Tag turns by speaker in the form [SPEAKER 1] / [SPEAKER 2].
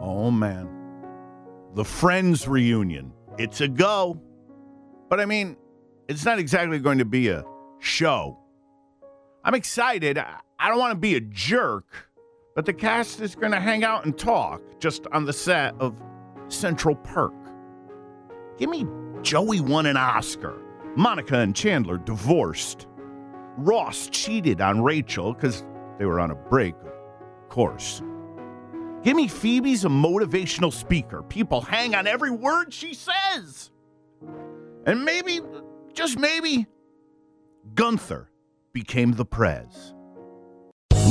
[SPEAKER 1] Oh man. The Friends reunion. It's a go. But I mean, it's not exactly going to be a show. I'm excited. I I don't want to be a jerk, but the cast is going to hang out and talk just on the set of Central Perk. Give me Joey won an Oscar. Monica and Chandler divorced. Ross cheated on Rachel because they were on a break, of course. Give me Phoebe's a motivational speaker. People hang on every word she says. And maybe, just maybe, Gunther became the Prez.